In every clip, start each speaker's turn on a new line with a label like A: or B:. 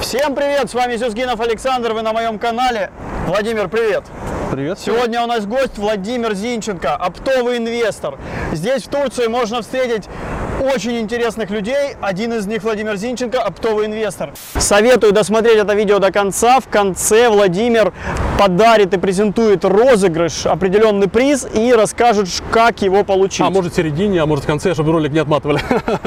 A: Всем привет, с вами Зюзгинов Александр, вы на моем канале. Владимир, привет.
B: Привет.
A: Сегодня у нас гость Владимир Зинченко, оптовый инвестор. Здесь, в Турции, можно встретить очень интересных людей. Один из них Владимир Зинченко, оптовый инвестор. Советую досмотреть это видео до конца. В конце Владимир подарит и презентует розыгрыш, определенный приз и расскажет, как его получить.
B: А может в середине, а может в конце, чтобы ролик не отматывали.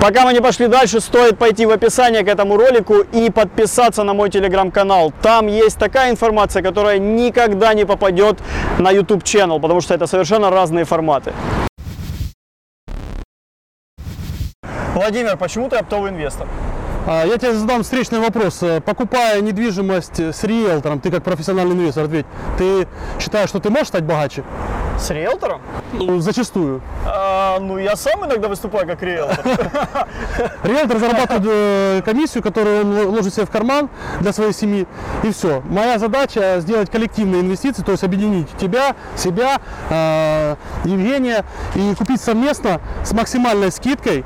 A: Пока мы не пошли дальше, стоит пойти в описание к этому ролику и подписаться на мой телеграм-канал. Там есть такая информация, которая никогда не попадет на YouTube канал потому что это совершенно разные форматы. Владимир, почему ты оптовый инвестор?
B: А, Я тебе задам встречный вопрос. Э, Покупая недвижимость э, с риэлтором, ты как профессиональный инвестор, ответь, ты считаешь, что ты можешь стать богаче?
A: С риэлтором?
B: Ну, зачастую.
A: А, ну, я сам иногда выступаю как риэлтор.
B: Риэлтор зарабатывает э, комиссию, которую он л- ложит себе в карман для своей семьи, и все. Моя задача сделать коллективные инвестиции, то есть объединить тебя, себя, э, Евгения, и купить совместно с максимальной скидкой.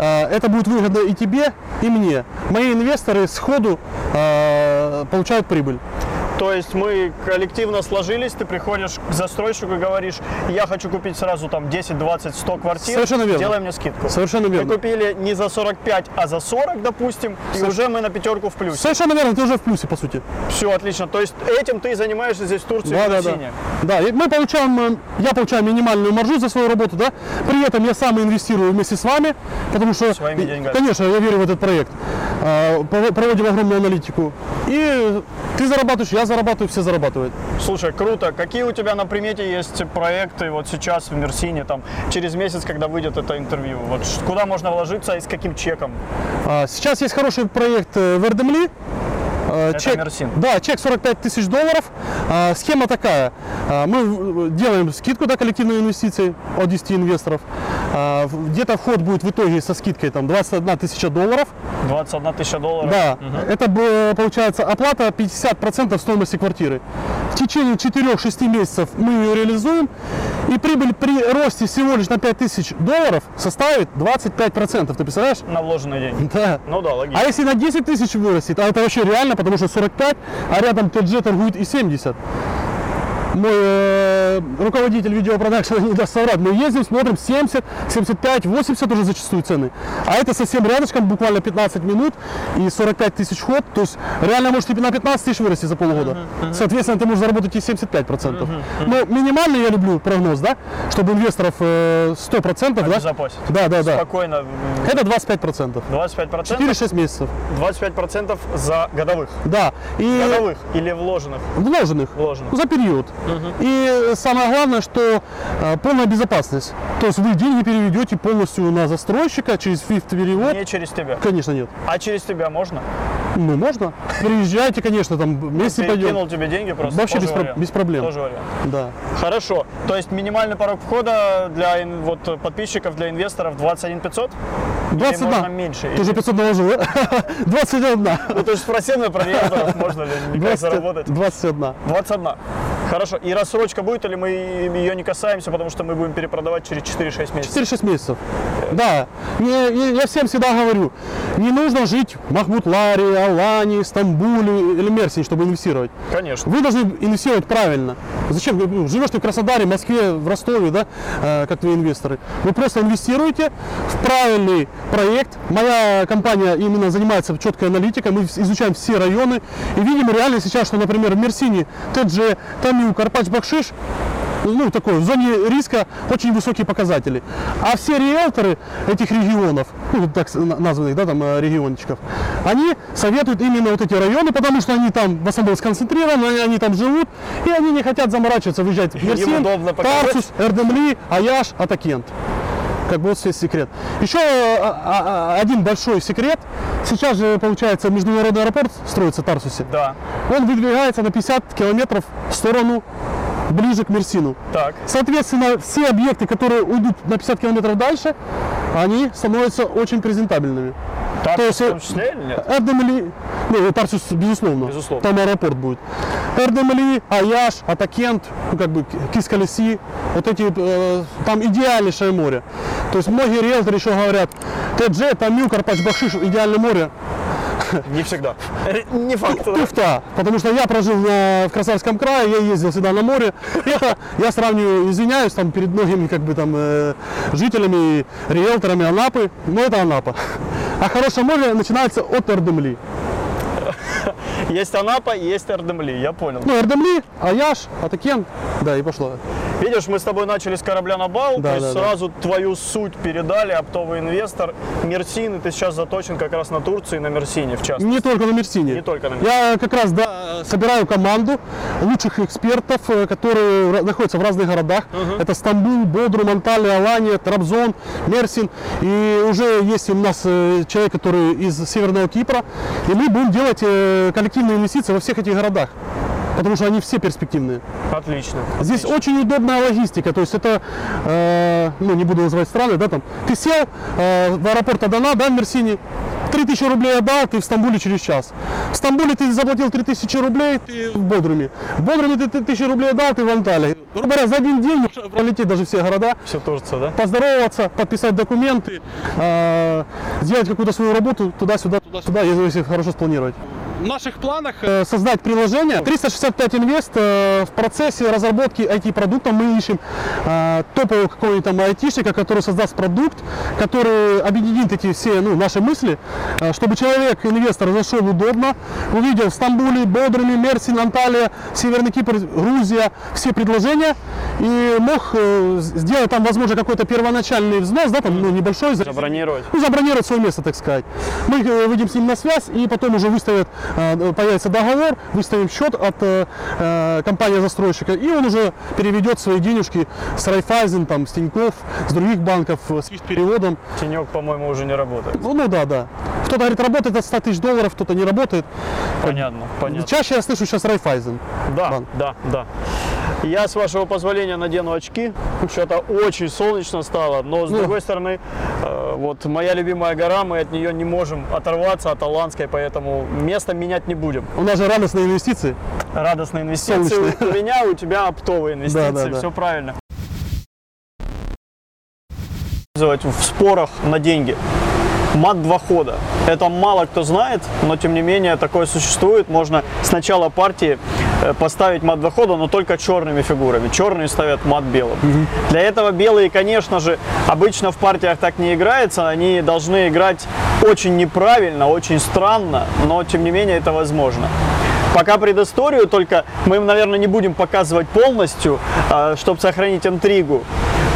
B: Э, Это будет выгодно и тебе, и мне. Мои инвесторы сходу э, получают прибыль.
A: То есть мы коллективно сложились, ты приходишь к застройщику и говоришь, я хочу купить сразу там 10, 20, 100 квартир,
B: Совершенно верно.
A: делай мне скидку.
B: Совершенно
A: Мы
B: верно.
A: купили не за 45, а за 40, допустим, и уже мы на пятерку в плюсе.
B: Совершенно верно, ты уже в плюсе, по сути.
A: Все отлично. То есть этим ты и занимаешься здесь в Турции
B: Да,
A: в
B: да, да.
A: Турсине.
B: Да, и мы получаем, э, я получаю минимальную маржу за свою работу, да. При этом я сам инвестирую вместе с вами, потому что,
A: Своими деньгами.
B: конечно, я верю в этот проект. А, пов- Проводим огромную аналитику. И ты зарабатываешь, я зарабатываю, все зарабатывают.
A: Слушай, круто. Какие у тебя на примете есть проекты вот сейчас в Мерсине, там, через месяц, когда выйдет это интервью? Вот ш- куда можно вложиться и с каким чеком?
B: А, Сейчас есть хороший проект э, в Эрдемли. Э, Чек,
A: Мерсин.
B: да, чек 45 тысяч долларов. А, Схема такая. А, Мы в- делаем скидку да, коллективной инвестиции от 10 инвесторов. А, в- Где-то вход будет в итоге со скидкой там, 21 тысяча долларов.
A: 21 тысяча долларов?
B: Да, это бы, получается оплата 50% стоимости квартиры. В течение 4-6 месяцев мы ее реализуем, и прибыль при росте всего лишь на 5000 долларов составит 25%, ты представляешь?
A: На вложенный день.
B: Да.
A: Ну да, логично.
B: А если на 10 тысяч вырастет, а это вообще реально, потому что 45, а рядом TG торгует и 70. Мой э, руководитель видеопродакшена не даст соврать. Мы ездим, смотрим 70, 75, 80 уже зачастую цены. А это совсем рядышком, буквально 15 минут и 45 тысяч ход. То есть реально может и на 15 тысяч вырасти за полгода. Соответственно, ты можешь заработать и 75 процентов. Но минимально я люблю прогноз, да, чтобы инвесторов э, 100 процентов, да?
A: Обезопасить.
B: Да, да, да.
A: Спокойно. м,
B: Это 25 процентов.
A: 25%?
B: 4-6 месяцев.
A: 25% за годовых.
B: Да, и
A: Годовых или вложенных.
B: вложенных,
A: Вложенных.
B: за период. И самое главное, что э, полная безопасность. То есть вы деньги переведете полностью на застройщика через фифт перевод.
A: Не через тебя.
B: Конечно, нет.
A: А через тебя можно?
B: Ну, можно. Приезжайте, конечно, там
A: Ну,
B: вместе пойдем.
A: Кинул тебе деньги просто.
B: Вообще
A: тоже
B: без, про-
A: вариант.
B: без проблем.
A: Тоже вариант.
B: Да.
A: Хорошо. То есть минимальный порог входа для ин- вот, э, подписчиков, для инвесторов 21 500?
B: 21.
A: можно меньше?
B: Ты уже 500 наложил, да? 21.
A: Ну, ты же спросил меня про риэлторов, можно ли они как
B: 20
A: заработать.
B: 21.
A: 21. Хорошо. И рассрочка будет или мы ее не касаемся, потому что мы будем перепродавать через 4-6 месяцев?
B: 4-6 месяцев. Да. Не- не- я всем всегда говорю, не нужно жить в Махмутларе, Алане, Стамбуле или Мерсине, чтобы инвестировать.
A: Конечно.
B: Вы должны инвестировать правильно. Зачем? Ну, Живешь ты в Краснодаре, Москве, в Ростове, да, э, как твои инвесторы. Вы просто инвестируете в правильный проект. Моя компания именно занимается четкой аналитикой. Мы вс- изучаем все районы и видим реально сейчас, что, например, в Мерсине, Тедже, Тамю, Карпач, Бакшиш, ну, такой, в зоне риска очень высокие показатели. А все риэлторы этих регионов, ну, вот так с- на- названных, да, там, э, региончиков, они советуют именно вот эти районы, потому что они там в основном сконцентрированы, они, они там живут, и они не хотят заморачиваться, выезжать в Мерсин,
A: удобно показать.
B: Тарсус, Эрдемли, Аяш, Атакент. Как бы вот весь секрет. Еще э, а- а- один большой секрет. Сейчас же, получается, международный аэропорт строится в Тарсусе.
A: Да.
B: Он выдвигается на 50 километров в сторону ближе к Мерсину.
A: Так.
B: Соответственно, все объекты, которые уйдут на 50 километров дальше, они становятся очень презентабельными.
A: Так,
B: То есть,
A: в том числе или нет?
B: Эрдемли, ну, Тарсус, безусловно,
A: Безусловно.
B: там аэропорт будет. Эрдемли, Аяш, Атакент, ну, как бы Ки- Кискалиси, вот эти, э, там идеальнейшее море. То есть многие риэлторы еще говорят, Тедже, Тамю, Карпач, Бакшиш, идеальное море.
A: Не всегда. Не факт.
B: Туфта, потому что я прожил на- в Красавском крае, я ездил всегда на море. Это я сравниваю, извиняюсь, там перед многими как бы там э, жителями, риэлторами Анапы, но это Анапа. А хорошее море начинается от Эрдемли.
A: Есть Анапа, есть Эрдемли, я понял.
B: Ну, Эрдемли, Аяш, Атакен, да, и пошло.
A: Видишь, мы с тобой начали с корабля на бал,
B: Да,
A: то есть
B: да, да.
A: сразу твою суть передали, оптовый инвестор, Мерсин, и ты сейчас заточен как раз на Турции, на Мерсине в частности.
B: Не только на Мерсине.
A: Не только на Мерсине.
B: Я как раз да, собираю команду лучших экспертов, э, которые ра- находятся в разных городах. Это Стамбул, Бодрум, Анталия, Алания, Трабзон, Мерсин. И уже есть у нас э, человек, который из Северного Кипра. И мы будем делать э, коллективные инвестиции во всех этих городах. Потому что они все перспективные.
A: Отлично.
B: Здесь очень удобная логистика, то есть это, э, ну не буду называть страны, да, там, ты сел э, в аэропорт Адана, да, в Мерсине, 3000 рублей отдал, ты в Стамбуле через час. В Стамбуле ты заплатил 3000 рублей, ты в Бодруме. В Бодруме ты 3000 рублей отдал, ты в Анталии. Грубо говоря, за один день можно пролететь даже все города,
A: Все Турция, да?
B: поздороваться, подписать документы, э, сделать какую-то свою работу туда-сюда, туда-сюда, если хорошо спланировать.
C: В наших планах
B: э, создать приложение. 365 Invest э, в процессе разработки IT-продукта мы ищем э, топового какого-нибудь там айтишника, который создаст продукт, который объединит эти все ну, наши мысли, э, чтобы человек, инвестор, зашел удобно, увидел в Стамбуле, Бодруме, Мерсин, Анталия, Северный Кипр, Грузия, все предложения и мог э, сделать там, возможно, какой-то первоначальный взнос, да, там, ну, небольшой, за
A: Забронировать.
B: ну, забронировать свое место, так сказать. Мы э, выйдем с ним на связь, и потом уже выставят, э, появится договор, выставим счет от э, э, компании-застройщика, и он уже переведет свои денежки с Райфайзен, там, с Тинькофф, с других банков, э, с переводом.
A: Тенек, по-моему, уже не работает.
B: Ну, ну да, да. Кто-то говорит, работает от 100 тысяч долларов, кто-то не работает.
A: Понятно, понятно.
B: Чаще я слышу сейчас Райфайзен.
A: Да,
B: Банк.
A: да, да. Я, с вашего позволения, надену очки. Что-то очень солнечно стало, но, с
B: Ну.
A: другой стороны, э, вот моя любимая гора, мы от нее не можем оторваться, от Аланской, поэтому место менять не будем.
B: У нас же радостные инвестиции.
A: Радостные инвестиции
B: Солнечные.
A: у меня, у тебя оптовые инвестиции,
B: Да, да, да.
A: все правильно. Использовать в спорах на деньги. Мат два хода. Это мало кто знает, но тем не менее такое существует. Можно с начала партии э, поставить мат два хода, но только черными фигурами. Черные ставят мат белым. Для этого белые, конечно же, обычно в партиях так не играется. Они должны играть очень неправильно, очень странно, но тем не менее это возможно. Пока предысторию, только мы, наверное, не будем показывать полностью, чтобы сохранить интригу.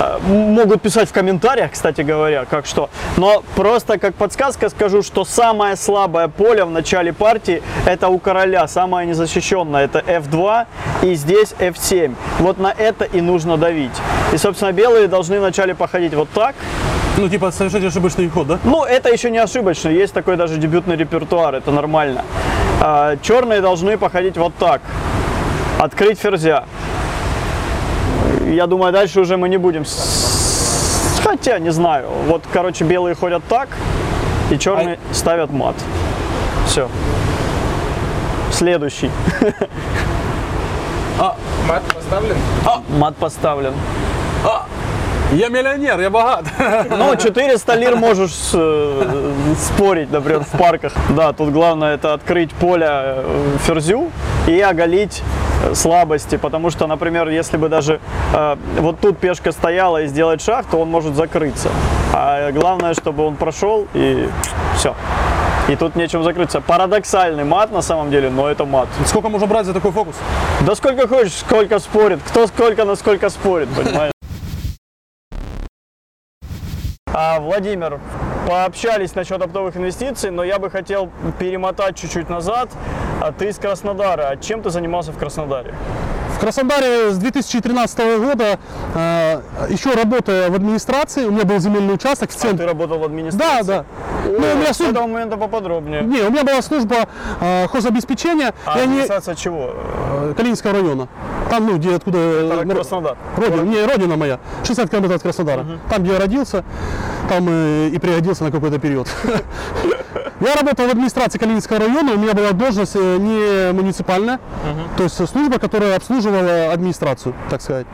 A: Э, м- Могут писать в комментариях, кстати говоря, как что. Но просто как подсказка скажу, что самое слабое поле в начале партии это у короля, самое незащищенное. Это F2 и здесь F7. Вот на это и нужно давить. И, собственно, белые должны вначале походить вот так.
B: Ну, типа, совершать ошибочный ход, да?
A: Ну, это еще не ошибочно, есть такой даже дебютный репертуар, это нормально. черные должны походить вот так. Открыть ферзя. Я думаю, дальше уже мы не будем. с- Хотя, не знаю. Вот, короче, белые ходят так, и черные
C: А
A: ставят мат. Все. Следующий.
C: А, мат поставлен.
A: А, Мат поставлен.
C: Я миллионер, я богат.
A: Ну, 400 лир можешь э, спорить, например, в парках. Да, тут главное это открыть поле э, ферзю и оголить э, слабости, потому что, например, если бы даже э, вот тут пешка стояла и сделать шаг, то он может закрыться. А главное, чтобы он прошел и все. И тут нечем закрыться. Парадоксальный мат на самом деле, но это мат.
B: Сколько можно брать за такой фокус?
A: Да сколько хочешь, сколько спорит. Кто сколько, насколько спорит, понимаешь? А, Владимир, пообщались насчет оптовых инвестиций, но я бы хотел перемотать чуть-чуть назад. А ты из Краснодара. А чем ты занимался в Краснодаре?
B: В Краснодаре с 2013 года, э, еще работая в администрации, у меня был земельный участок в
A: А ты
B: центре.
A: работал в
B: да,
A: администрации?
B: да.
A: О,
B: Ну, у меня
A: с
B: служба-
A: этого момента поподробнее.
B: Не, у меня была служба э, хозобеспечения,
A: А
B: я не
A: администрация чего?
B: э, Калининского района. Там, ну, где откуда... э,
A: Так,
B: нар-
A: Краснодар.
B: Родина, не, родина моя, 60 километров от Краснодара. Там, где я родился, там э, и пригодился на какой-то период. Я работал в администрации Калининского района, у меня была должность э, не муниципальная, то есть служба, которая обслуживала администрацию, так сказать.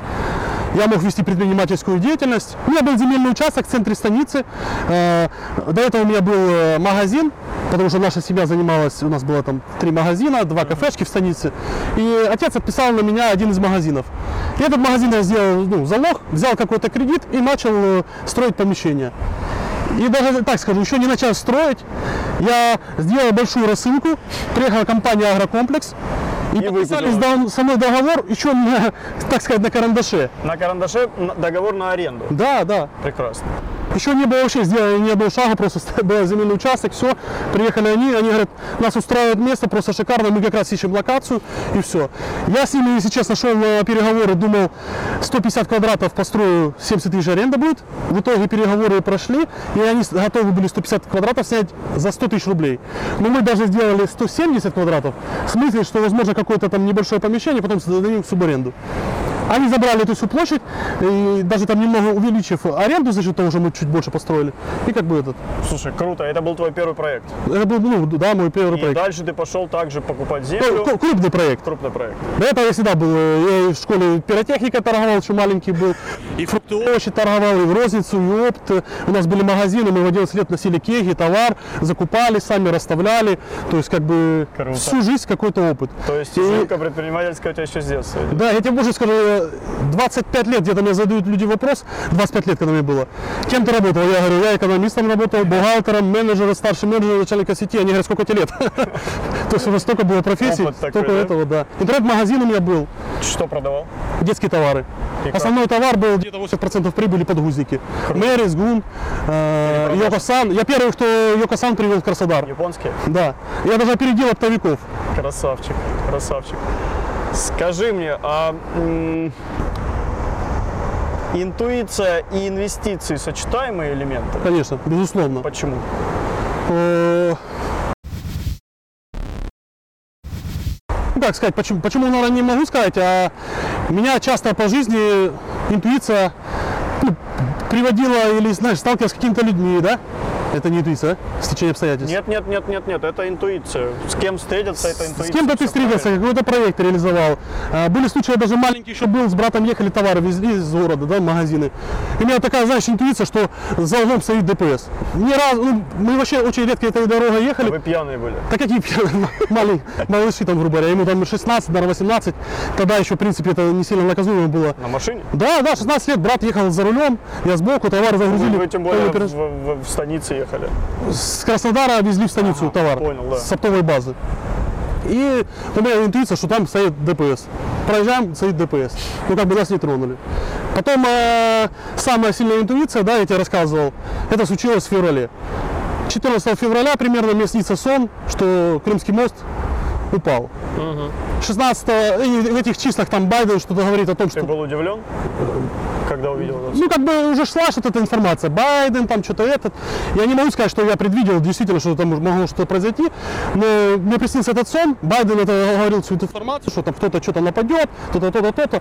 B: я мог вести предпринимательскую деятельность. У меня был земельный участок в центре станицы. Э, До этого у меня был э, магазин, потому что наша семья занималась, у нас было там три магазина, два кафешки в станице. И отец отписал на меня один из магазинов. И этот магазин я сделал ну, залог, взял какой-то кредит и начал э, строить помещение. И даже так скажу, еще не начал строить, я сделал большую рассылку, приехала компания «Агрокомплекс», и, подписались дом- со мной договор еще, на, так сказать, на карандаше.
A: На карандаше м, договор на аренду.
B: Да, да.
A: Прекрасно.
B: Еще не было вообще сделано, не было шага, просто ст- был земельный участок, все, приехали они, они говорят, нас устраивает место, просто шикарно, мы как раз ищем локацию, и все. Я с ними, если честно, шел на переговоры, думал, 150 квадратов построю, 70 тысяч аренда будет, в итоге переговоры прошли, и они с- готовы были 150 квадратов снять за 100 тысяч рублей. Но мы даже сделали 170 квадратов, в смысле, что возможно какое-то там небольшое помещение, потом сдадим в субаренду. Они забрали эту всю площадь, и даже там немного увеличив аренду за счет того, что мы чуть больше построили. И как бы этот.
A: Слушай, круто, это был твой первый проект.
B: Это был, ну, да, мой первый
A: И
B: проект.
A: дальше ты пошел также покупать
B: Ну,
A: землю.
B: ку- Крупный проект.
A: Крупный проект.
B: До этого я всегда был. э, Я и в школе пиротехника торговал, еще маленький был. И фрукты овощи торговал, и в розницу, и опт. У нас были магазины, мы в 11 лет носили кеги, товар, закупали, сами расставляли. То есть, как бы,
A: Круто.
B: всю жизнь какой-то опыт.
A: То есть
B: И-
A: жилка предпринимательская у тебя еще с детства. идет.
B: Да, я тебе больше скажу, э, 25 лет где-то мне задают люди вопрос, 25 лет, когда мне было, кем ты работал? Я говорю, я экономистом работал, бухгалтером, менеджером, старшим менеджером, начальника сети. Они говорят, сколько тебе лет? То есть у нас столько было профессий,
A: Опыт такой,
B: столько
A: да?
B: этого, да. Интернет-магазин у меня был,
A: Что продавал?
B: детские товары.
A: И как?
B: Основной товар был где-то 80% прибыли подгузники. Мэрис, Гун, э, Йокосан. Я первый, кто Йокосан привел в Краснодар.
A: Японский?
B: Да. Я даже опередил оптовиков.
A: Красавчик, красавчик. Скажи мне, а м, интуиция и инвестиции сочетаемые элементы?
B: Конечно, безусловно.
A: Почему?
B: Э, Ну, как сказать, почему, почему, наверное, не могу сказать, а меня часто по жизни интуиция ну, приводила или, знаешь, сталкивалась с какими-то людьми, да? Это не интуиция, а? стечение обстоятельств.
A: Нет, нет, нет, нет, нет, это интуиция. С кем встретиться, это интуиция.
B: С кем-то ты
A: всё
B: встретился,
A: правильно.
B: какой-то проект реализовал. А, Были случаи, я даже маленький еще был, с братом ехали товары, везли из города, да, в магазины. И у меня такая, знаешь, интуиция, что за углом стоит ДПС. Ни разу, ну, мы вообще очень редко этой дорогой ехали.
A: Вы пьяные были.
B: Так какие пьяные мали- малыши там, грубо говоря, ему там 16, наверное, 18, тогда еще, в принципе, это не сильно наказуемо было.
A: На машине?
B: Да, да, 16 лет, брат ехал за рулем, я сбоку, товар загрузили.
A: Вы Ну, тем более
B: Потом
A: в, в- в станице ехали.
B: С Краснодара везли в станицу
A: Ага,
B: товар
A: понял, да.
B: с оптовой базы. И у меня интуиция, что там стоит ДПС. Проезжаем, стоит ДПС. Ну, как бы нас не тронули. Потом э, самая сильная интуиция, да, я тебе рассказывал, это случилось в феврале. 14 февраля примерно мне снится сон, что Крымский мост упал. 16 и в этих числах там Байден что-то говорит о том,
A: Ты
B: что
A: был удивлен, когда увидел это?
B: ну, как бы уже шла что-то эта информация. Байден, там что-то этот. Я не могу сказать, что я предвидел действительно, что там могло что-то произойти. Но мне приснился этот сон. Байден это говорил всю эту информацию, что там кто-то что-то нападет, кто-то то-то, то-то.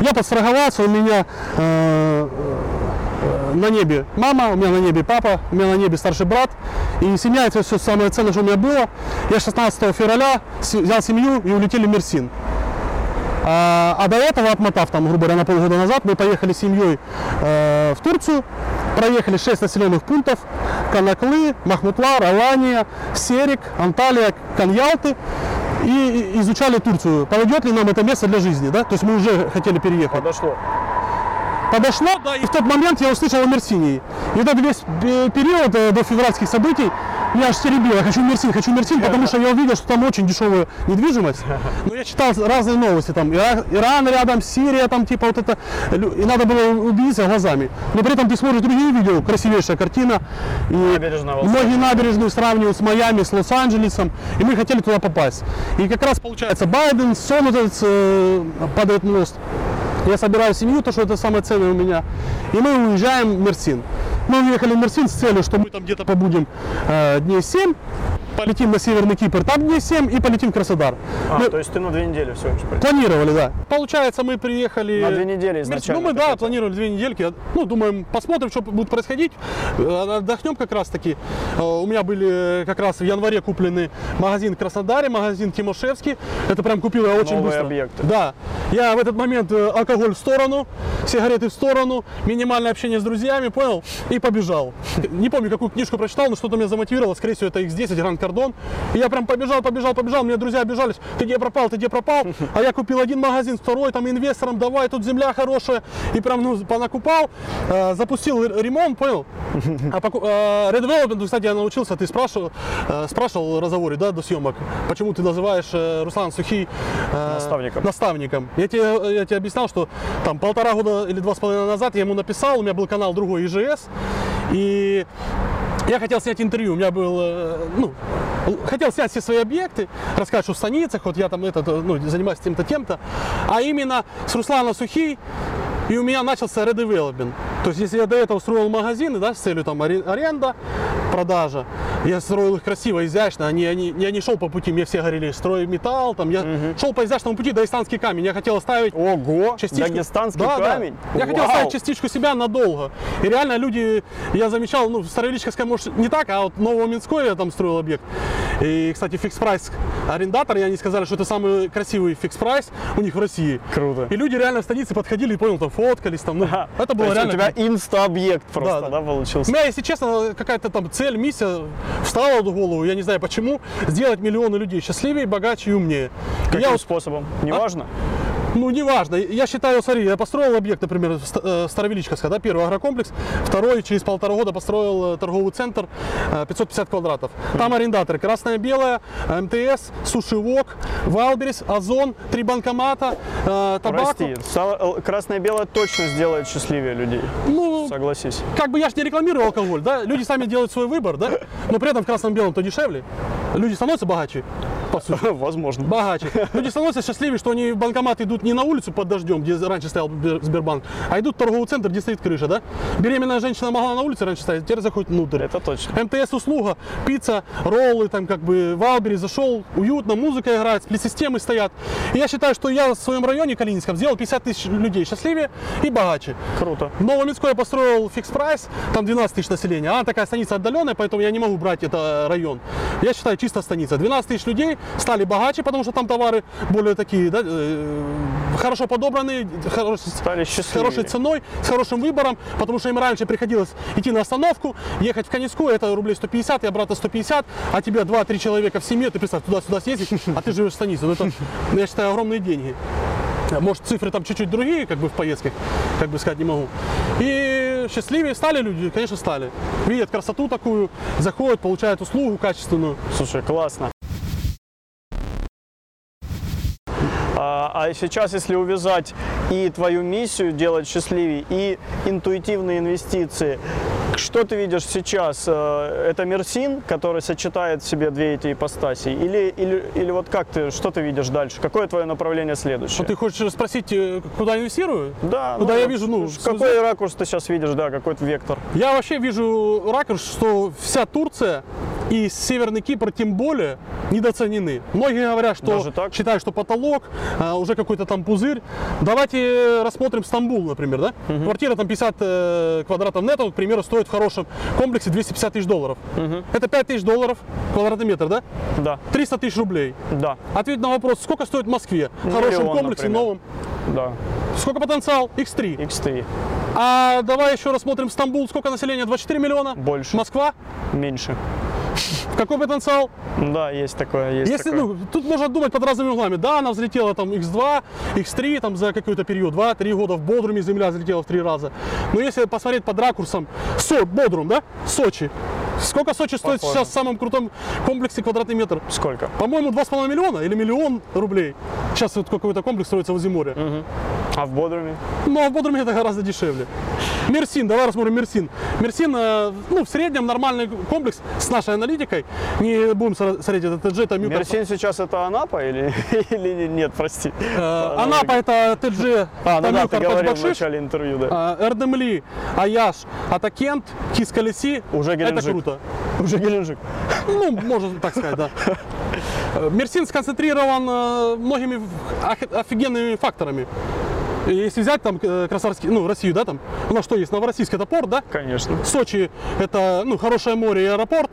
B: Я подстраховался, у меня э, э, на небе мама, у меня на небе папа, у меня на небе старший брат. И семья, это все самое ценное, что у меня было. Я 16 февраля с- взял семью и улетели в Мерсин. А, а до этого, отмотав там, грубо говоря, на полгода назад, мы поехали с семьей э, в Турцию, проехали 6 населенных пунктов, Канаклы, Махмутлар, Алания, Серик, Анталия, Каньялты, и и- изучали Турцию, подойдет ли нам это место для жизни, да, то есть мы уже хотели переехать.
A: Подошло.
B: Подошло, да, и в тот момент я услышал о Мерсинии. И вот этот весь э, период э, до февральских событий меня аж теребило, хочу Мерсин, хочу Мерсин, потому что я увидел, что там очень дешевая недвижимость. Но я читал разные новости, там Ира- Иран рядом, Сирия, там типа вот это, лю- и надо было убедиться глазами. Но при этом ты смотришь другие видео, красивейшая картина, и
A: Набережная Волга.
B: многие набережную сравнивают с Майами, с Лос-Анджелесом, и мы хотели туда попасть. И как раз получается, Байден, сон вот этот, э, падает мост. Я собираю семью, то, что это самое ценное у меня. И мы уезжаем в Мерсин. Мы уехали в Мерсин с целью, что мы там где-то побудем э, дней 7.
C: полетим на Северный Кипр, там дней 7 и полетим в Краснодар.
A: А,
C: Ну,
A: то есть ты на две недели всего лишь прилетел.
C: Планировали, да. Получается, мы приехали...
A: На две недели
C: Мерс-
A: изначально
C: Ну, мы,
A: ты
C: да,
A: хотел.
C: планировали две недельки. Ну, думаем, посмотрим, что будет происходить. Э, Отдохнем как раз-таки. Э, У меня были э, как раз в январе куплены магазин в Краснодаре, магазин Тимошевский. Это прям купил я очень
A: Новые
C: быстро.
A: объекты.
C: Да. Я в этот момент э, алкоголь в сторону, сигареты в сторону, минимальное общение с друзьями, понял? И побежал. Не помню, какую книжку прочитал, но что-то меня замотивировало. Скорее всего, это X10, Гранд Кордон. И я прям побежал, побежал, побежал. Мне друзья обижались. Ты где пропал, ты где пропал? А я купил один магазин, второй, там инвесторам, давай, тут земля хорошая. И прям, ну, понакупал, э, запустил р- ремонт, понял? А поку- э, redevelopment, кстати, я научился, ты спрашивал, э, спрашивал разговоре, да, до съемок, почему ты называешь э, Руслан Сухий э,
A: Наставником.
C: наставником. Я тебе, э, я тебе объяснял, что там полтора года или два с половиной назад я ему написал, у меня был канал другой ИЖС, и я хотел снять интервью, у меня был, э, ну, л- хотел снять все свои объекты, рассказать, что в станицах, вот я там этот, э, ну, занимаюсь тем-то, тем-то, а именно с Руслана Сухий, и у меня начался редевелопмент. То есть, если я до этого строил магазины, да, с целью там аре- аренда, продажа, я строил их красиво, изящно, они, они, я не шел по пути, мне все говорили, строй металл, там, я шел по изящному пути, дагестанский камень, я хотел оставить
A: Ого,
C: частичку...
A: дагестанский
C: Да, да.
A: камень.
C: Я хотел
A: Вау.
C: оставить частичку себя надолго. И реально люди, я замечал, ну, в Старовилической, может, не так, а вот в Новоминской я там строил объект. И, кстати, фикс-прайс арендатор, и они сказали, что это самый красивый фикс-прайс у них в России.
A: Круто.
C: И люди реально в станице подходили и, понял, там фоткались, там, ну, это
A: То
C: было
A: есть
C: реально...
A: у тебя инста-объект просто, да,
C: Да, да. У
A: получился?
C: меня, если честно, какая-то там цель, миссия встала в голову, я не знаю почему, сделать миллионы людей счастливее, богаче и умнее. И
A: Каким
C: я А? вот
A: способом? Неважно?
C: Ну, неважно. Я считаю, смотри, я построил объект, например, в Ст- э, Старовеличковска, да, первый агрокомплекс, второй через полтора года построил э, торговый центр э, 550 квадратов. Там арендаторы красная-белая, МТС, Сушивок, Валберис, Озон, три банкомата, э, табак.
A: Прости, стало- э, красное-белое точно сделает счастливее людей.
C: Ну,
A: Согласись.
C: как бы я же не рекламирую алкоголь, да, люди сами делают свой выбор, да, но при этом в красном-белом то дешевле, люди становятся богаче, по сути.
A: Возможно.
C: Богаче. Люди становятся счастливыми, что они в банкомат идут не на улицу под дождем, где раньше стоял Бер- Сбербанк, а идут в торговый центр, где стоит крыша, да? Беременная женщина могла на улице раньше стоять, теперь заходит внутрь.
A: Это точно.
C: МТС услуга, пицца, роллы, там как бы Валбери зашел, уютно, музыка играет, сплит-системы стоят. И я считаю, что я в своем районе Калининском сделал 50 тысяч людей счастливее и богаче.
A: Круто.
C: В Новоминской я построил фикс прайс, там 12 тысяч населения. Она такая станица отдаленная, поэтому я не могу брать это э, район. Я считаю, чисто станица. 12 тысяч людей стали богаче, потому что там товары более такие, да, э, хорошо подобранные, хорош-
A: Стали
C: с хорошей
A: счастливее.
C: ценой, с хорошим выбором, потому что им раньше приходилось идти на остановку, ехать в Каниску, это рублей 150, я брата 150, а тебя 2-3 человека в семье, ты представь, туда-сюда съездить, а ты живешь в станице. Ну, это, я считаю, огромные деньги. Может, цифры там чуть-чуть другие, как бы в поездках, как бы сказать, не могу. И счастливее стали люди, конечно, стали. Видят красоту такую, заходят, получают услугу качественную.
A: Слушай, классно. А, а сейчас, если увязать и твою миссию делать счастливее, и интуитивные инвестиции, что ты видишь сейчас? Э, Это Мерсин, который сочетает в себе две эти ипостаси? Или, или, или вот как ты, что ты видишь дальше? Какое твое направление следующее?
C: Ну, Ты хочешь спросить, э, куда инвестирую?
A: Да,
C: Куда я вижу, ну,
A: ж- какой ракурс ты сейчас видишь, да, какой то вектор?
C: Я вообще вижу ракурс, что вся Турция и Северный Кипр тем более недооценены. Многие говорят, что
A: Даже так?
C: считают, что потолок, а, уже какой-то там пузырь. Давайте рассмотрим Стамбул, например, да? Квартира там 50 э, квадратов нетто, вот, к примеру, стоит в хорошем комплексе 250 тысяч долларов. Это 5 тысяч долларов квадратный метр, да?
A: Да,
C: 300 тысяч рублей.
A: да,
C: Ответь на вопрос, сколько стоит в Москве? В
A: Миллион,
C: хорошем комплексе,
A: например.
C: новом.
A: да,
C: Сколько потенциал? X3.
A: X3
C: А давай еще рассмотрим Стамбул. Сколько населения? 24 миллиона?
A: Больше.
C: Москва?
A: меньше.
C: Какой потенциал?
A: Да, есть такое, есть
C: Если,
A: такое.
C: ну, тут можно думать под разными углами. Да, она взлетела там x2, x3 там за какой-то период, 2-3 года в Бодруме земля взлетела в три раза. Но если посмотреть под ракурсом, Со, Бодрум, да, Сочи. Сколько Сочи стоит
A: Похоже.
C: сейчас в самом крутом комплексе квадратный метр?
A: Сколько?
C: По-моему, 2,5 миллиона или миллион рублей. Сейчас вот какой-то комплекс строится возле моря.
A: А в Бодруме?
C: Ну, а в Бодруме это гораздо дешевле. Мерсин, давай рассмотрим Мерсин. Мерсин, э, ну, в среднем нормальный комплекс с нашей аналитикой. Не будем сра- смотреть этот TG, это Мютер.
A: Мерсин сейчас это Анапа или, или нет, прости?
C: Э, Анапа это TG,
A: А, ну
C: там
A: да, ты
C: Мютер,
A: говорил в
C: Подбакшиш,
A: начале интервью, да.
C: э, Эрдемли, Аяш, Атакент, Кискалеси.
A: Уже
C: А, Это
A: Геленджик.
C: круто.
A: Уже Геленджик.
C: Ну, можно так сказать, да. Э, Мерсин сконцентрирован э, многими в- ох- офигенными факторами. И Если взять там э, Красноярский, ну, Россию, да, там, у нас что есть, Новороссийск это порт, да?
A: Конечно.
C: Сочи это ну, хорошее море и аэропорт.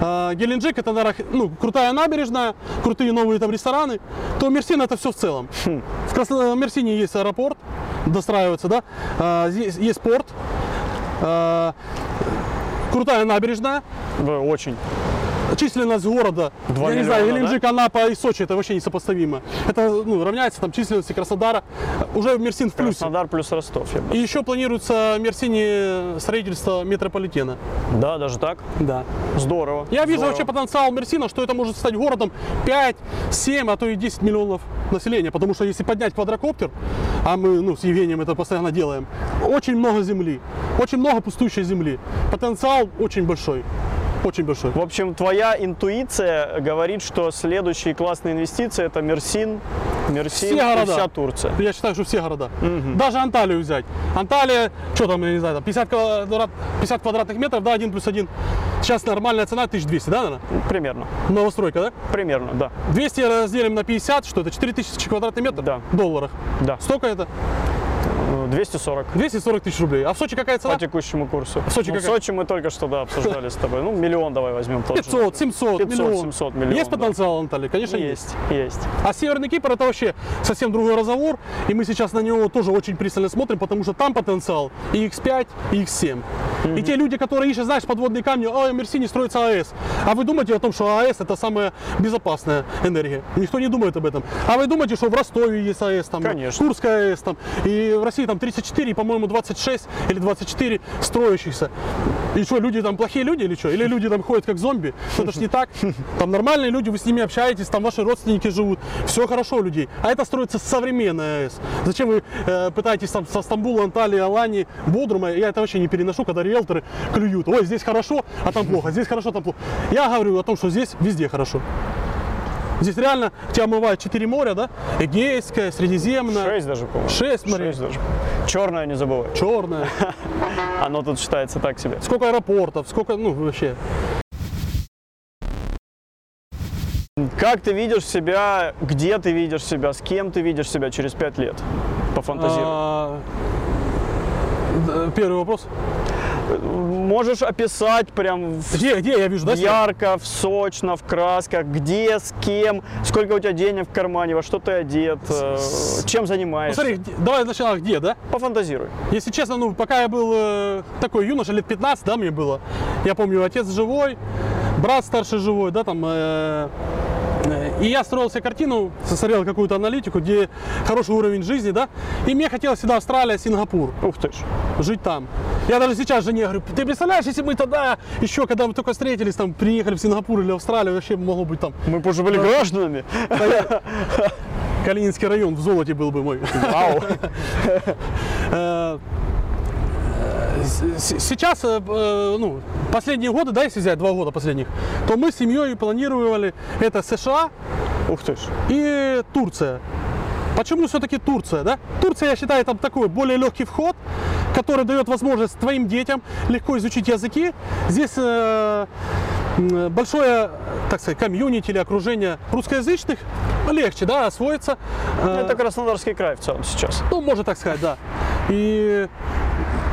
C: А, Геленджик это наверно, х- ну, крутая набережная, крутые новые там рестораны. То Мерсин это все в целом. В Красно- Мерсине есть аэропорт, достраивается, да. А, здесь есть порт. а, крутая набережная.
A: Да, очень.
C: Численность города,
A: Два
C: я не знаю,
A: миллиона, да?
C: Геленджик, Анапа и Сочи, это вообще несопоставимо. Это ну, равняется там численности Краснодара. Уже Мерсин в плюсе.
A: Краснодар плюс Ростов. я бы-
C: И еще планируется в Мерсине строительство метрополитена.
A: Да, даже так?
C: Да.
A: Здорово.
C: Я вижу
A: здорово.
C: вообще потенциал Мерсина, что это может стать городом 5, 7, а то и 10 миллионов населения. Потому что если поднять квадрокоптер, а мы ну, с Евгением это постоянно делаем, очень много земли, очень много пустующей земли. Потенциал очень большой. Очень большой.
A: В общем, твоя интуиция говорит, что следующие классные инвестиции это Мерсин, Мерсин
C: Все
A: и
C: города.
A: вся Турция.
C: Я считаю, что все города. Даже Анталию взять. Анталия, что там, я не знаю, там 50, квадрат, 50 квадратных метров, да, 1 плюс 1. Сейчас нормальная цена 1200, да, наверное?
A: Примерно.
C: Новостройка, да?
A: Примерно, да.
C: 200 разделим на 50, что это 4000 квадратных метров
A: Да.
C: в долларах.
A: Да.
C: Столько это?
A: Э, 240
C: 240 тысяч рублей. А в Сочи какая
A: по
C: цена?
A: текущему курсу. В
C: Сочи
A: ну, в
C: какая?
A: Сочи мы только что да, обсуждали с тобой. Ну, миллион давай возьмем тот же.
C: 500, 700,
A: 500,
C: миллион.
A: 700 миллион,
C: Есть
A: да.
C: потенциал, Анталии? Конечно, есть.
A: Есть, есть.
C: А Северный Кипр это вообще совсем другой разговор, и мы сейчас на него тоже очень пристально смотрим, потому что там потенциал и X5, и X7. И те люди, которые ищут, знаешь, подводные камни, ой, в Мерсине строится АЭС. А вы думаете о том, что АЭС это самая безопасная энергия? Никто не думает об этом. А вы думаете, что в Ростове есть АЭС, там,
A: Конечно.
C: Курская АЭС, там, и в России там 34, и, по-моему, 26 или 24 строящихся. И что, люди там плохие люди или что? Или люди там ходят как зомби? Ну, Это ж не так. Там нормальные люди, вы с ними общаетесь, там ваши родственники живут, все хорошо у людей. А это строится современная АЭС. Зачем вы э, пытаетесь там со Стамбула, Анталии, Алании, Бодрума? Я это вообще не переношу, когда риэлторы клюют. Ой, здесь хорошо, а там плохо, здесь хорошо, там плохо. Я говорю о том, что здесь везде хорошо. Здесь реально тебя омывают четыре моря, да? Эгейское, Средиземное,
A: Шесть даже, по-моему.
C: шесть морей,
A: Шесть даже. Черное не забывай.
C: Черное.
A: Оно тут считается так себе.
C: Сколько аэропортов, сколько, ну, вообще.
A: Как ты видишь себя, где ты видишь себя, с кем ты видишь себя через пять лет? Пофантазируй.
C: А, д- Первый вопрос.
A: Можешь описать прям в-
C: Где, где я вижу, да? себя?
A: ярко, в сочно, в красках, где, с кем, сколько у тебя денег в кармане, во что ты одет, э, чем
C: Ну,
A: занимаешься.
C: смотри, где- давай сначала где, да?
A: Пофантазируй.
C: Если честно, ну, пока я был э, такой юноша, лет 15, да, мне было. Я помню, отец живой, брат старший живой, да, там. э, э, и я строил себе картину, сосмотрел какую-то аналитику, где хороший уровень жизни, да. И мне хотелось всегда Австралия, Сингапур.
A: Ух ты ж.
C: жить там. Я даже сейчас жене говорю, ты представляешь, если мы тогда, еще когда мы только встретились, там, приехали в Сингапур или Австралию, вообще могло быть там
A: Мы бы уже были гражданами.
C: Калининский район в золоте был бы мой.
A: Вау.
C: Э, э, с- с- Сейчас, э, э, ну, последние годы, да, если взять два года последних, то мы с семьей планировали это США,
A: Ух ты ж.
C: и Турция. Почему все-таки Турция, да? Турция, я считаю, там такой более легкий вход, который дает возможность твоим детям легко изучить языки. Здесь э, м, большое, так сказать, комьюнити или окружение русскоязычных легче, да, освоиться. Э,
A: Ну, Это Краснодарский край в целом сейчас.
C: ну, можно так сказать, да. И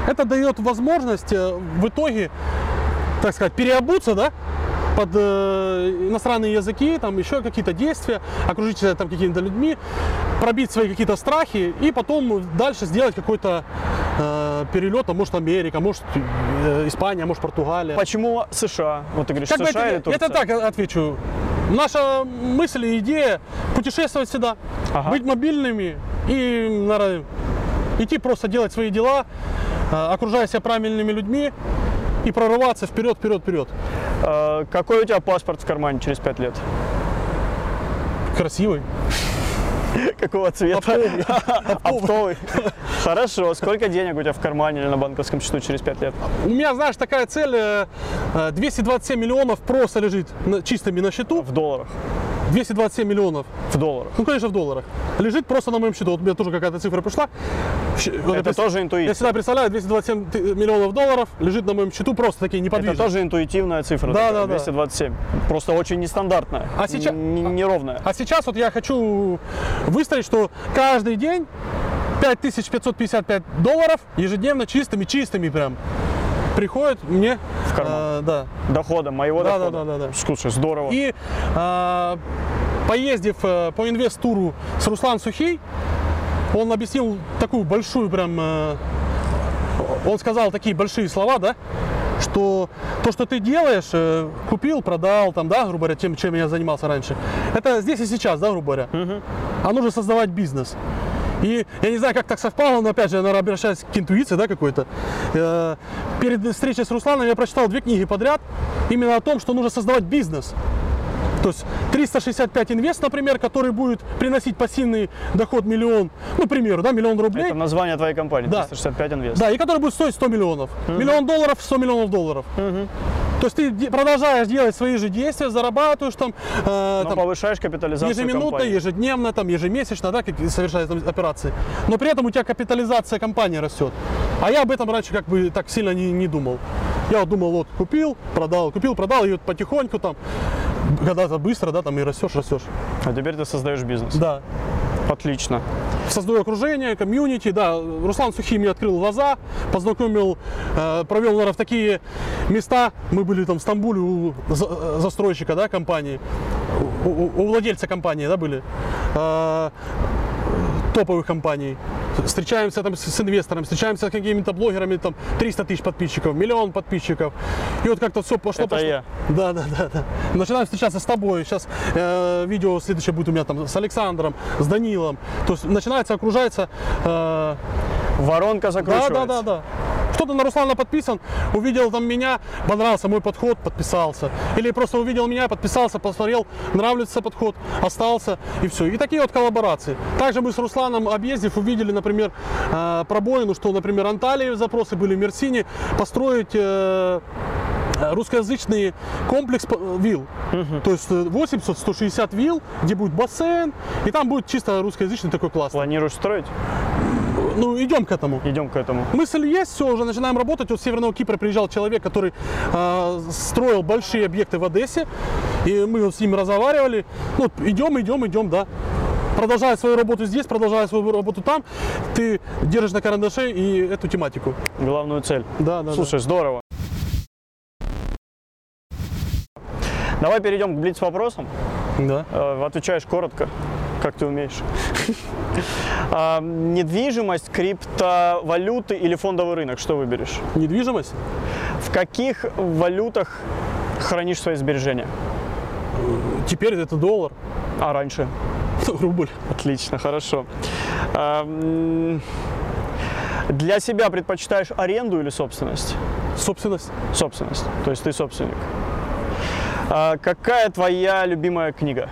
C: это дает возможность э, в итоге, так сказать, переобуться, да, под э, иностранные языки, там еще какие-то действия, окружить себя там какими-то людьми, пробить свои какие-то страхи и потом дальше сделать какой-то э, перелет, а может Америка, может э, Испания, может Португалия.
A: Почему США? Вот ты говоришь,
C: Как бы
A: США или
C: это, я
A: Турция?
C: тебе так отвечу. Наша мысль и идея путешествовать всегда,
A: Ага.
C: быть мобильными и наверно, идти просто делать свои дела, э, окружая себя правильными людьми и прорываться вперед, вперед, вперед.
A: Э, Какой у тебя паспорт в кармане через пять лет?
C: Красивый.
A: Какого цвета? Оптовый. Хорошо. Сколько денег у тебя в кармане или на банковском счету через 5 лет?
C: У меня, знаешь, такая цель э, э, 227 миллионов просто лежит на- чистыми на счету.
A: В долларах.
C: 227 миллионов.
A: В долларах.
C: Ну, конечно, в долларах. Лежит просто на моем счету. Вот у меня тоже какая-то цифра пришла. Щ- вот я
A: Ну, Это
C: прис-
A: тоже
C: Я
A: интуитивно.
C: всегда представляю, 227 ти- э, миллионов долларов лежит на моем счету просто такие
A: Это
C: неподвижные.
A: тоже интуитивная цифра.
C: Да,
A: такая,
C: да, да.
A: 227. Просто очень нестандартная.
C: А сейчас-
A: Н- Неровная.
C: А сейчас вот я хочу выставить, что каждый день 5555 долларов ежедневно чистыми, чистыми прям приходят мне в
A: карман.
C: да.
A: Дохода, моего
C: Да, да,
A: дохода.
C: да, да, да.
A: Слушай, здорово.
C: И э, поездив э, по инвест-туру с Руслан Сухий, он объяснил такую большую прям... э, он сказал такие большие слова, да, что то, что ты делаешь, э, купил, продал, там, да, грубо говоря, тем, чем я занимался раньше, это здесь и сейчас, да, грубо говоря. А нужно создавать бизнес. И я не знаю, как так совпало, но опять же, я, наверное, обращаюсь к интуиции, да, какой-то. Э, Перед встречей с Русланом я прочитал две книги подряд именно о том, что нужно создавать бизнес. То есть 365 инвест, например, который будет приносить пассивный доход миллион, ну, к примеру, да, миллион рублей.
A: Это название твоей компании.
C: Да.
A: 365 инвест.
C: Да, и который будет стоить 100 миллионов. Миллион долларов, 100 миллионов долларов. То есть ты де- продолжаешь делать свои же действия, зарабатываешь там, э,
A: Но
C: там,
A: Ну, повышаешь капитализацию
C: ежеминутно,
A: компании.
C: ежедневно, там, ежемесячно, да, какие совершаешь там операции. Но при этом у тебя капитализация компании растет. А я об этом раньше как бы так сильно не, не думал. Я вот думал, вот купил, продал, купил, продал, и вот потихоньку там, когда-то быстро, да, там и растешь, растешь.
A: А теперь ты создаешь бизнес.
C: Да.
A: Отлично.
C: Создаю окружение, комьюнити, да, Руслан Сухий мне открыл глаза, познакомил, э, провел, наверное, в такие места, мы были там в Стамбуле у за- э, застройщика, да, компании, у, у- у владельца компании, да, были, э, топовых компаний, встречаемся там с, с инвестором, встречаемся с какими-то блогерами, там 300 тысяч подписчиков, миллион подписчиков, и вот как-то все пошло,
A: Это
C: пошло.
A: я.
C: Да, да, да, да. Начинаем встречаться с тобой. Сейчас э, видео следующее будет у меня там с Александром, с Данилом. То есть начинается, окружается. э,
A: Воронка
C: да,
A: закручивается.
C: да, да, да. Кто-то на Руслана подписан, увидел там меня, понравился мой подход, подписался. Или просто увидел меня, подписался, посмотрел, нравится подход, остался и все. И такие вот коллаборации. Также мы с Русланом объездив увидели, например, э, пробоину, что, например, Анталии запросы были в Мерсине, построить э, э, русскоязычный комплекс по- э, вилл. То есть э, 800-160 вилл, где будет бассейн, и там будет чисто русскоязычный такой класс.
A: Планируешь строить?
C: Ну, идем к этому.
A: Идем к этому.
C: Мысль есть, все, уже начинаем работать. Вот с Северного Кипра приезжал человек, который э, строил большие объекты в Одессе. И мы вот с ним разговаривали. Ну, вот идем, идем, идем, да. Продолжая свою работу здесь, продолжая свою работу там, ты держишь на карандаше и эту тематику.
A: Главную цель.
C: Да, да, да.
A: Слушай, здорово. Давай перейдем к блиц-вопросам.
C: Да.
A: Э, Отвечаешь коротко, как ты умеешь. А, Недвижимость, криптовалюты или фондовый рынок, что выберешь?
C: Недвижимость?
A: В каких валютах хранишь свои сбережения?
C: Теперь это доллар,
A: А раньше?
C: рубль.
A: Отлично, хорошо. А, м, Для себя предпочитаешь аренду или собственность?
C: Собственность.
A: Собственность. То есть ты собственник. А Какая твоя любимая книга?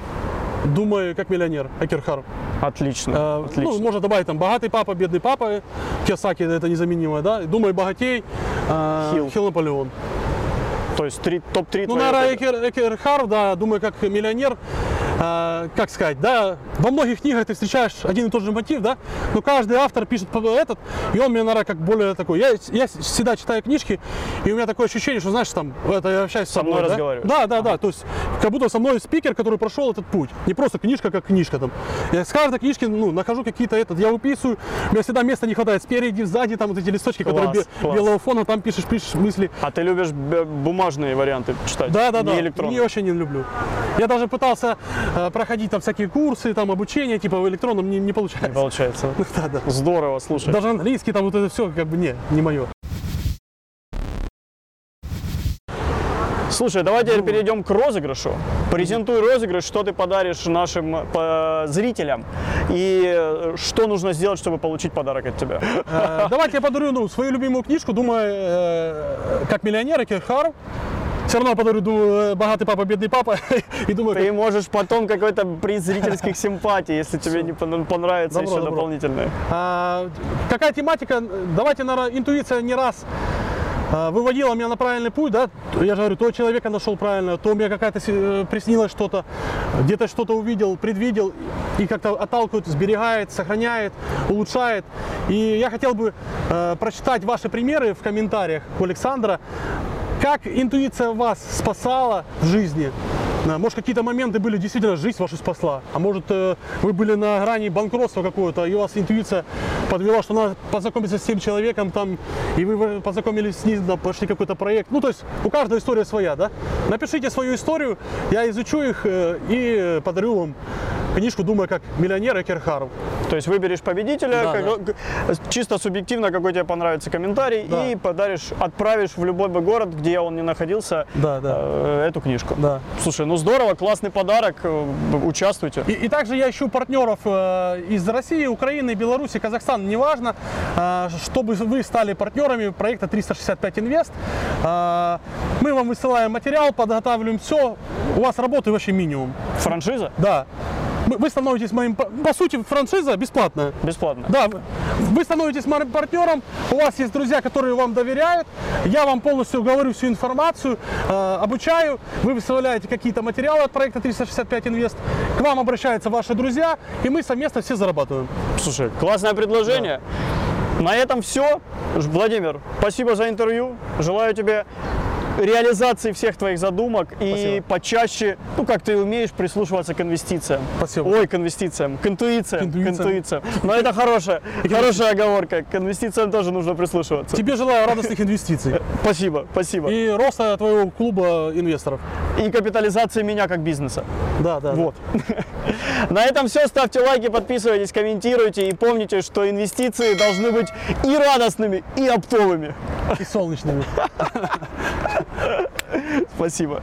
C: Думаю, как миллионер, Акерхар.
A: Отлично.
C: Э,
A: отлично.
C: Ну, можно добавить там богатый папа, бедный папа, Киосаки, это незаменимое, да. Думаю, богатей, э,
A: Хилл.
C: Хилл Наполеон.
A: То есть три, топ-3
C: Ну, наверное, Экер, Экер Хар, да, думаю, как миллионер, э, как сказать, да, во многих книгах ты встречаешь один и тот же мотив, да, но каждый автор пишет по- этот, и он мне, наверное, как более такой, я, я всегда читаю книжки, и у меня такое ощущение, что, знаешь, там, это я общаюсь с собой,
A: мной
C: да?
A: разговариваешь.
C: Да, да, да, то есть, как будто со мной спикер, который прошел этот путь, не просто книжка, как книжка там. Я с каждой книжки, ну, нахожу какие-то этот, я выписываю, у меня всегда места не хватает спереди, сзади, там вот эти листочки, которые
A: Класс,
C: бе-
A: класс.
C: белого фона, там пишешь, пишешь мысли,
A: А ты любишь б- бумажные варианты читать?
C: да, да,
A: не
C: да.
A: электронные.
C: Не очень не люблю. Я даже пытался э, проходить там всякие курсы, там обучение, типа в электронном не, не получается.
A: Получается.
C: Ну, Да, да.
A: Здорово, слушай.
C: Даже английский там вот это все как бы не, не мое.
A: Слушай, давай
C: Ну.
A: теперь перейдем к розыгрышу. Презентуй розыгрыш, что ты подаришь нашим э, зрителям и э, что нужно сделать, чтобы получить подарок от тебя.
C: Э, Давайте я подарю ну, свою любимую книжку, думаю, э, как миллионер, Кирхару. Все равно подарю богатый папа, бедный папа. И думаю,
A: Ты можешь потом какой-то приз зрительских симпатий, если тебе не пон- понравится
C: Добро,
A: еще
C: добро.
A: дополнительное.
C: А, какая тематика? Давайте, наверное, интуиция не раз а, выводила меня на правильный путь, да? Я же говорю, то человека нашел правильно, то мне какая-то си- э, приснилось что-то, где-то что-то увидел, предвидел и как-то отталкивает, сберегает, сохраняет, улучшает. И я хотел бы э, прочитать ваши примеры в комментариях у Александра, как интуиция вас спасала в жизни? Да, Может, какие-то моменты были, действительно, жизнь вашу спасла. А может, э, вы были на грани банкротства какого-то, и у вас интуиция подвела, что надо познакомиться с тем человеком там, и вы вы познакомились с ним, да, пошли какой-то проект. Ну, то есть, у каждого история своя, да? Напишите свою историю, я изучу их э, и э, подарю вам книжку «Думай как миллионер» и Кирхаров.
A: То есть выберешь победителя,
C: Да,
A: как- к- чисто субъективно, какой тебе понравится комментарий,
C: Да.
A: и подаришь, отправишь в любой бы город, где он не находился,
C: Да, да.
A: э, эту книжку.
C: Да.
A: Слушай, ну здорово, классный подарок, э, участвуйте.
C: И, и также я ищу партнеров э, из России, Украины, Беларуси, Казахстана, неважно, э, чтобы вы стали партнерами проекта 365 Инвест. Э, мы вам высылаем материал, подготавливаем все, у вас работы вообще минимум.
A: Франшиза
C: Да. Мы- Вы становитесь моим, па- по сути, франшиза бесплатная.
A: бесплатно.
C: Да, вы- вы становитесь моим партнером, у вас есть друзья, которые вам доверяют, я вам полностью говорю всю информацию, э, обучаю, вы выставляете какие-то материалы от проекта 365 Инвест, к вам обращаются ваши друзья, и мы совместно все зарабатываем.
A: Слушай, классное предложение. На этом все. Владимир, спасибо за интервью. Желаю тебе реализации всех твоих задумок и
C: Спасибо.
A: почаще, ну как ты умеешь, прислушиваться к инвестициям.
C: Спасибо.
A: Ой, к инвестициям, к интуициям, к
C: интуициям.
A: интуициям. Но это хорошая, хорошая оговорка. К инвестициям тоже нужно прислушиваться.
C: Тебе желаю радостных инвестиций
A: Спасибо, спасибо. И,
C: и роста твоего клуба инвесторов.
A: капитализации меня как бизнеса.
C: Да, да.
A: Вот. На этом все. Ставьте лайки, подписывайтесь, комментируйте и помните, что инвестиции должны быть и радостными, и оптовыми.
C: И солнечными.
A: Спасибо.